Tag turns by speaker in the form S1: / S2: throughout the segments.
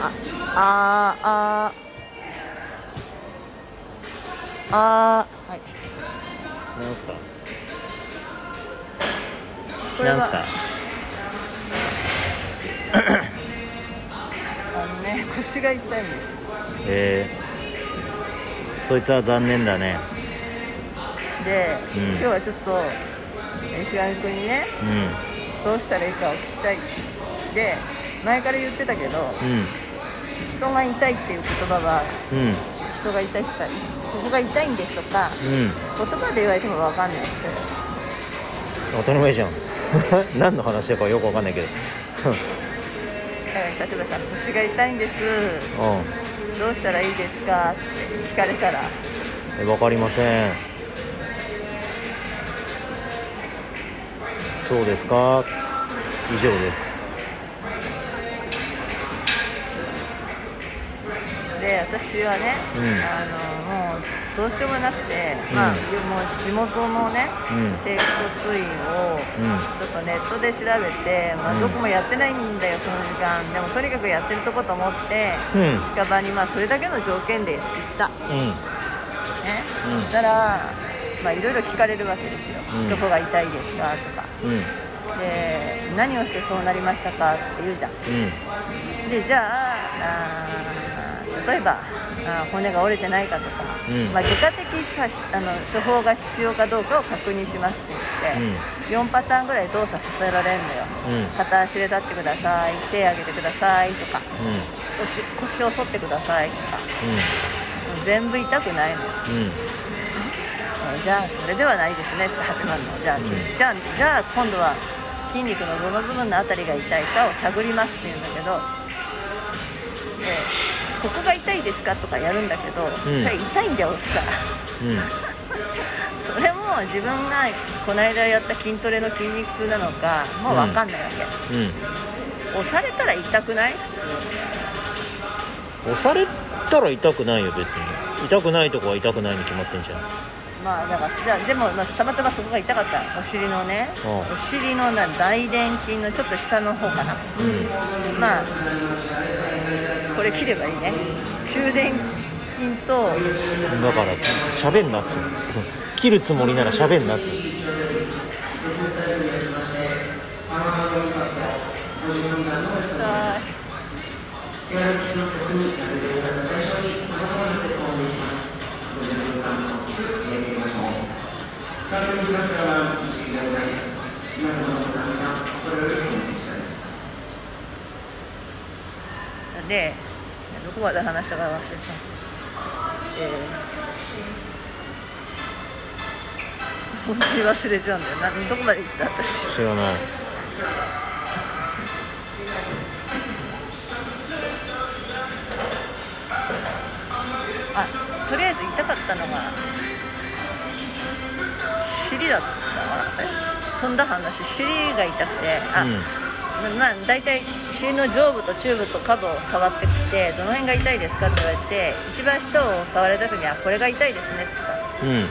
S1: あああああはい
S2: なんすか
S1: これ
S2: なん
S1: は
S2: すか
S1: あのね腰が痛いんですよ
S2: えー、そいつは残念だね
S1: で、
S2: うん
S1: 今日はちょっと石上君にね
S2: う
S1: どうしたらいいかを聞きたいで前から言ってたけど
S2: んうん
S1: 人が痛いっていう言葉は
S2: うん
S1: 人が痛いって言ったらここが痛いんですとか
S2: うん
S1: 言葉で言われても分かんないですけど
S2: 当たり前じゃん 何の話だかよくわかんないけど う
S1: だから例えばさ「腰が痛いんです
S2: ん
S1: どうしたらいいですか?」って聞かれたら
S2: えわかりませんそうですか以上です
S1: で私はね、
S2: う
S1: あ
S2: ん
S1: のもうどうしようもなくて、
S2: うん
S1: まあ、もう地元のね、
S2: うん
S1: 整骨院を
S2: うん
S1: ちょっとネットで調べて、まあ、
S2: うん
S1: どこもやってないんだよその時間でもとにかくやってるとこと思って、
S2: うん
S1: 近場にまあそれだけの条件です行った、ね
S2: うんうん
S1: そしたら、まあ、いろいろ聞かれるわけですよ、
S2: うん
S1: どこが痛いですかとか
S2: うん
S1: で何をしてそうなりましたかって言うじゃん
S2: うん
S1: でじゃああー例えばあー骨が折れてないかとか、
S2: うん
S1: まあ、外科的さしあの処方が必要かどうかを確認しますって言って、4パターンぐらい動作させられるのよ、
S2: うん
S1: 片足で立ってください手上げてくださいとか
S2: うん
S1: 腰腰を反ってくださいとかもう全部痛くないの
S2: うんうん
S1: えーじゃあそれではないですねって始まるのじゃあ、
S2: うん
S1: じゃあじゃあ今度は筋肉のどの部分のあたりが痛いかを探りますって言うんだけど、えーここが痛いですかとかやるんだけど、
S2: ん
S1: それ痛いんだよさ
S2: うん
S1: それも自分がこの間やった筋トレの筋肉痛なのかもう分かんないわけ、
S2: うん
S1: 押されたら痛くない普通
S2: 押されたら痛くないよ別に痛くないとこは痛くないに決まってんじゃん
S1: まあだからじゃあでも、まあたまたまそこが痛かったお尻のね、
S2: うん
S1: お尻のな大臀筋のちょっと下の方かな、まあこれ切ればいいね中電筋と
S2: うんだから喋んなっつうの切るつもりなら喋んなっつうの
S1: 下でどこまで話したか忘れた、えー、本当に忘れちゃうんだよなどこまで行った私
S2: 知らない
S1: あとりあえず痛かったのが尻だったかなえ飛んだ話尻が痛くてあ、
S2: うん
S1: まあ大体尻の上部と中部と下部を触ってきてどの辺が痛いですかって言われて一番下を触れた時にあこれが痛いですねって言った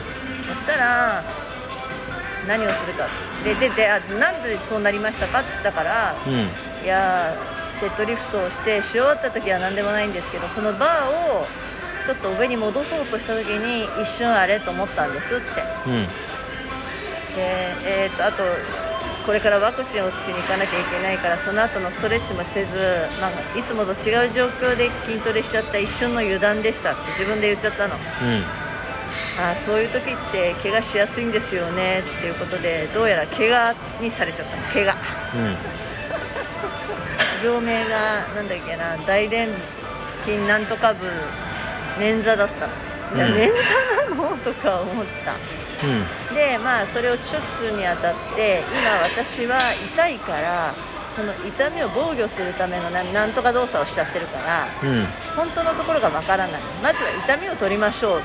S2: うん
S1: そしたら何をするかででであなんでそうなりましたかって言ったから
S2: うん
S1: いやーデッドリフトをしてし終わった時は何でもないんですけどそのバーをちょっと上に戻そうとした時に一瞬あれと思ったんですって
S2: うん
S1: で、えー、とあとこれからワクチンを打ちに行かなきゃいけないからその後のストレッチもせず、まあ、いつもと違う状況で筋トレしちゃった一瞬の油断でしたって自分で言っちゃったの
S2: うん
S1: あーそういう時って怪我しやすいんですよねっていうことでどうやら怪我にされちゃったの怪我
S2: うん
S1: 病名がなんだっけな大連筋なんとか部捻挫だったの、
S2: うん
S1: いや捻挫なのとか思ったでまあそれを処置するにあたって今私は痛いからその痛みを防御するためのななんとか動作をしちゃってるから
S2: うん
S1: 本当のところがわからないまずは痛みを取りましょう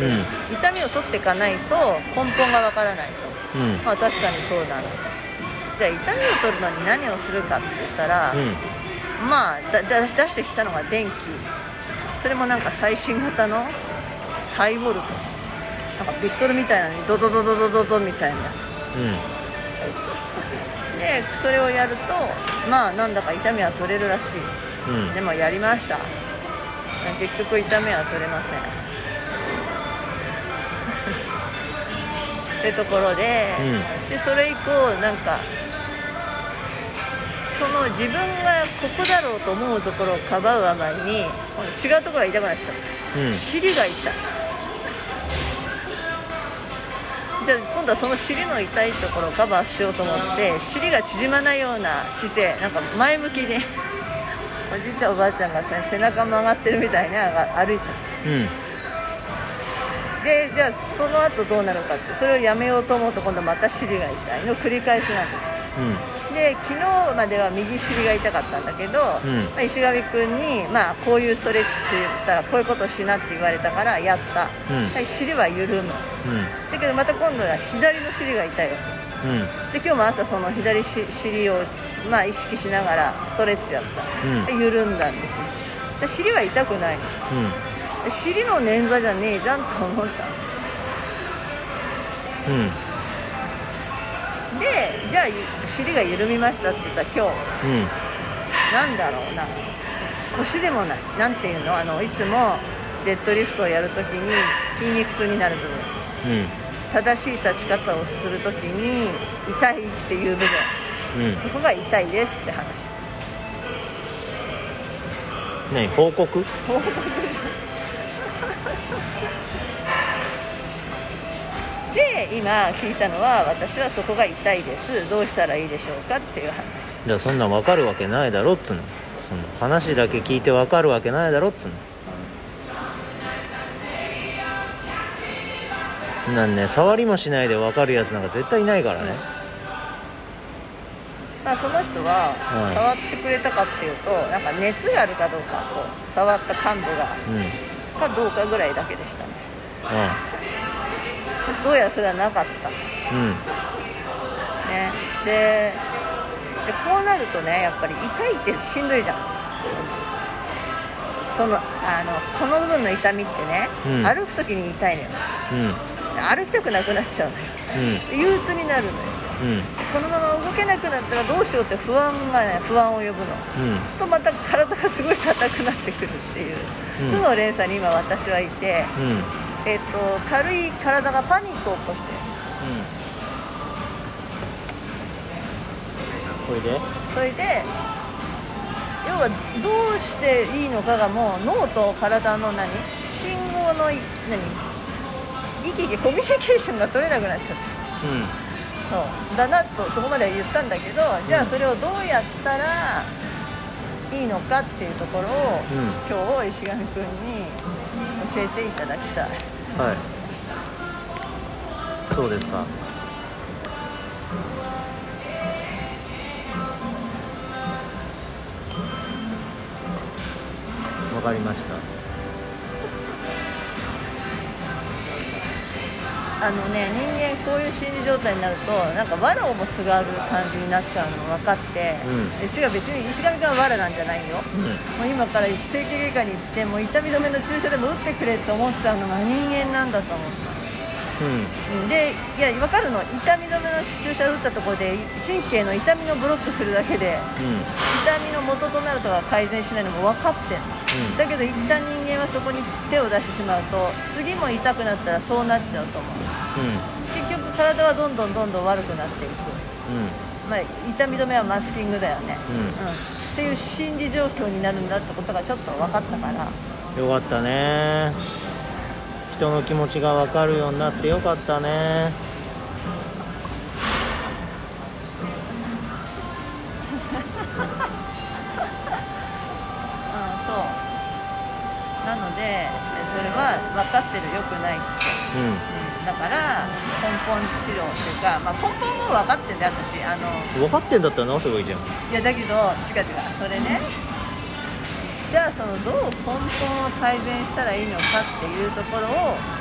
S2: うんうん
S1: 痛みを取っていかないと根本がわからないと
S2: うん
S1: まあ確かにそうだなじゃあ痛みを取るのに何をするかって言ったら、
S2: うん
S1: まあだだ出してきたのが電気それもなんか最新型のハイボルトなんかピストルみたいなのにドドドドドドドみたいなやつ
S2: うん
S1: でそれをやるとまあなんだか痛みは取れるらしい
S2: うん
S1: でもやりました結局痛みは取れませんってところで,、
S2: う
S1: でそれ以降なんかその自分がここだろうと思うところをかばうあまりに違うところが痛くなっちゃった
S2: うん
S1: 尻が痛いじゃあ今度はその尻の痛いところをカバーしようと思って尻が縮まないような姿勢なんか前向きに おじいちゃんおばあちゃんがさ背中曲がってるみたいに歩いちゃ
S2: うん
S1: うでじゃあその後どうなるかってそれをやめようと思うと今度また尻が痛いの繰り返しなんですで昨日までは右尻が痛かったんだけど、
S2: うん
S1: まあ石上君に、まあ、こういうストレッチしたらこういうことしなって言われたからやった、
S2: うん
S1: はい尻は緩む
S2: う
S1: だけどまた今度は左の尻が痛いわ
S2: んうん
S1: けで今日も朝その左し尻を、まあ、意識しながらストレッチやった、
S2: うん
S1: で緩んだんですよで尻は痛くないので尻の捻挫じゃねえじゃんと思った
S2: うんうん
S1: でじゃあゆ尻が緩みましたって言ったら今日
S2: うん
S1: なんだろうな腰でもないなんていうのあのいつもデッドリフトをやるときに筋肉痛になる部分
S2: うん
S1: 正しい立ち方をするときに痛いっていう部分
S2: うん
S1: そこが痛いですって話
S2: 何報告
S1: 報告で今聞いたのは私はそこが痛いですどうしたらいいでしょうかっていう話
S2: じゃあそんなん分かるわけないだろっつうのその話だけ聞いて分かるわけないだろっつうのなんね触りもしないで分かるやつなんか絶対いないからね
S1: まあ、その人は
S2: はい
S1: 触ってくれたかっていうと、なんか熱があるかどうかこう触った感度が
S2: うんうん
S1: かどうかぐらいだけでしたねどうやらそれはなかった
S2: うん
S1: ねででこうなるとねやっぱり痛いってしんどいじゃんそのあのこの部分の痛みってね、
S2: うん
S1: 歩く時に痛いのよ
S2: うん
S1: 歩きたくなくなっちゃうのよ
S2: うん
S1: で憂鬱になるのよ
S2: うん
S1: このまま動けなくなったらどうしようって不安がね不安を呼ぶの
S2: うん
S1: とまた体がすごい硬くなってくるっていう
S2: うん
S1: 負の連鎖に今私はいて、
S2: うんうん
S1: えっと軽い体がパニックを起こしてる
S2: これで
S1: それで要はどうしていいのかがもう脳と体の何信号のい何行き来コミュニケーションが取れなくなっちゃった
S2: うん
S1: そうだなとそこまでは言ったんだけどじゃあそれをどうやったらいいのかっていうところを、
S2: うん
S1: 今日石上君に教えていただきたい
S2: はいそうですかわかりました
S1: あのね人間こういう心理状態になるとなんか藁をもすがる感じになっちゃうの分かって、
S2: うん
S1: え違う別に石上君は藁なんじゃないよ
S2: う
S1: もう今から一整形外科に行ってもう痛み止めの注射でも打ってくれって思っちゃうのが人間なんだと思った
S2: んうん
S1: うんでいや分かるの痛み止めの注射打ったところで神経の痛みのブロックするだけで痛みの元となるとは改善しないのも分かってんのだけど一旦人間はそこに手を出してしまうと次も痛くなったらそうなっちゃうと思う結局体はどんどんどんどん悪くなっていく、まあ、痛み止めはマスキングだよね、
S2: うん
S1: っていう心理状況になるんだってことがちょっと分かったから
S2: うんうんよかったね人の気持ちがわかるようになってよかったね
S1: うん、そうなのでそれは分かってるよくないってだから根本治療っていうか、まあ、根本も分かってんだよ私あの
S2: うん分かってんだったら直せばいいじゃん
S1: いやだけど違う違うそれねじゃあそのどう根本を改善したらいいのかっていうところを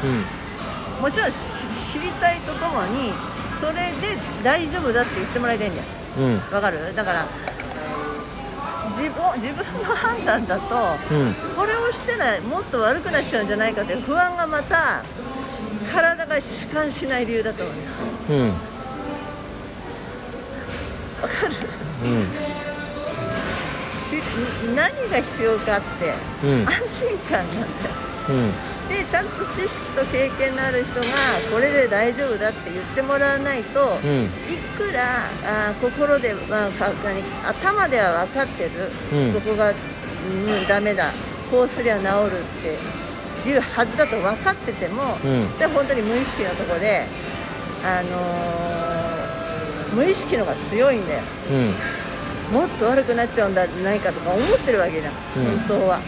S2: うん
S1: もちろんし知りたいとともにそれで大丈夫だって言ってもらいたいんだよ
S2: うん
S1: わかるだから自分自分の判断だと
S2: うん
S1: これをしてないもっと悪くなっちゃうんじゃないかという不安がまた体が弛緩しない理由だと思うね
S2: うんうん
S1: 知りん何が必要かって
S2: うん
S1: 安心感なんだよ
S2: うん
S1: でちゃんと知識と経験のある人がこれで大丈夫だって言ってもらわないと、
S2: うん
S1: いくらあー心で、まあ、か何頭では分かってる、
S2: うん
S1: ここが、うん、ダメだこうすりゃ治るっていうはずだと分かってても、
S2: うん
S1: それは本当に無意識のとこで、あのー無意識のが強いんだよ
S2: うん
S1: もっと悪くなっちゃうんじゃないかとか思ってるわけじゃん、
S2: うん
S1: 本当は、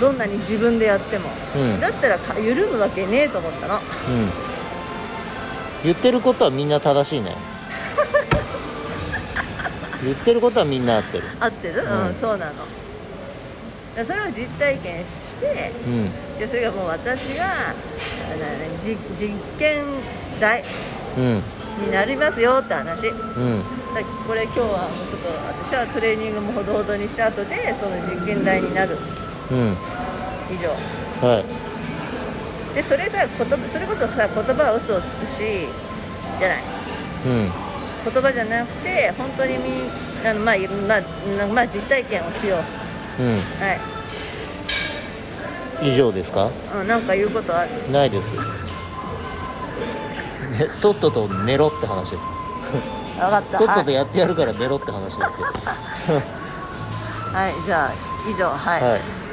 S1: どんなに自分でやっても、
S2: うん
S1: だったらか緩むわけねえと思ったの
S2: うん言ってることはみんな正しいね言ってることはみんな合ってる
S1: 合ってる、うん
S2: うん
S1: そうなのでそれを実体験して
S2: うん
S1: でそれがもう私があのじ実験台
S2: うん
S1: になりますよって話だ
S2: うん
S1: これ今日はもうちょっと私はトレーニングもほどほどにした後でその実験台になる
S2: うん
S1: 以上
S2: はい
S1: でそれさ言葉それこそさ言葉は嘘をつくしじゃない
S2: うん
S1: 言葉じゃなくて本当にみんあのまあ、まあなまあ、実体験をしよう
S2: う
S1: はい、
S2: ん以上ですか
S1: うん、なんか言うことある
S2: ないです、ね、とっとと寝ろって話です
S1: 分かった
S2: とっと
S1: は
S2: と
S1: い、
S2: やってやるから寝ろって話ですけど
S1: はい、じゃあ以上はい
S2: はい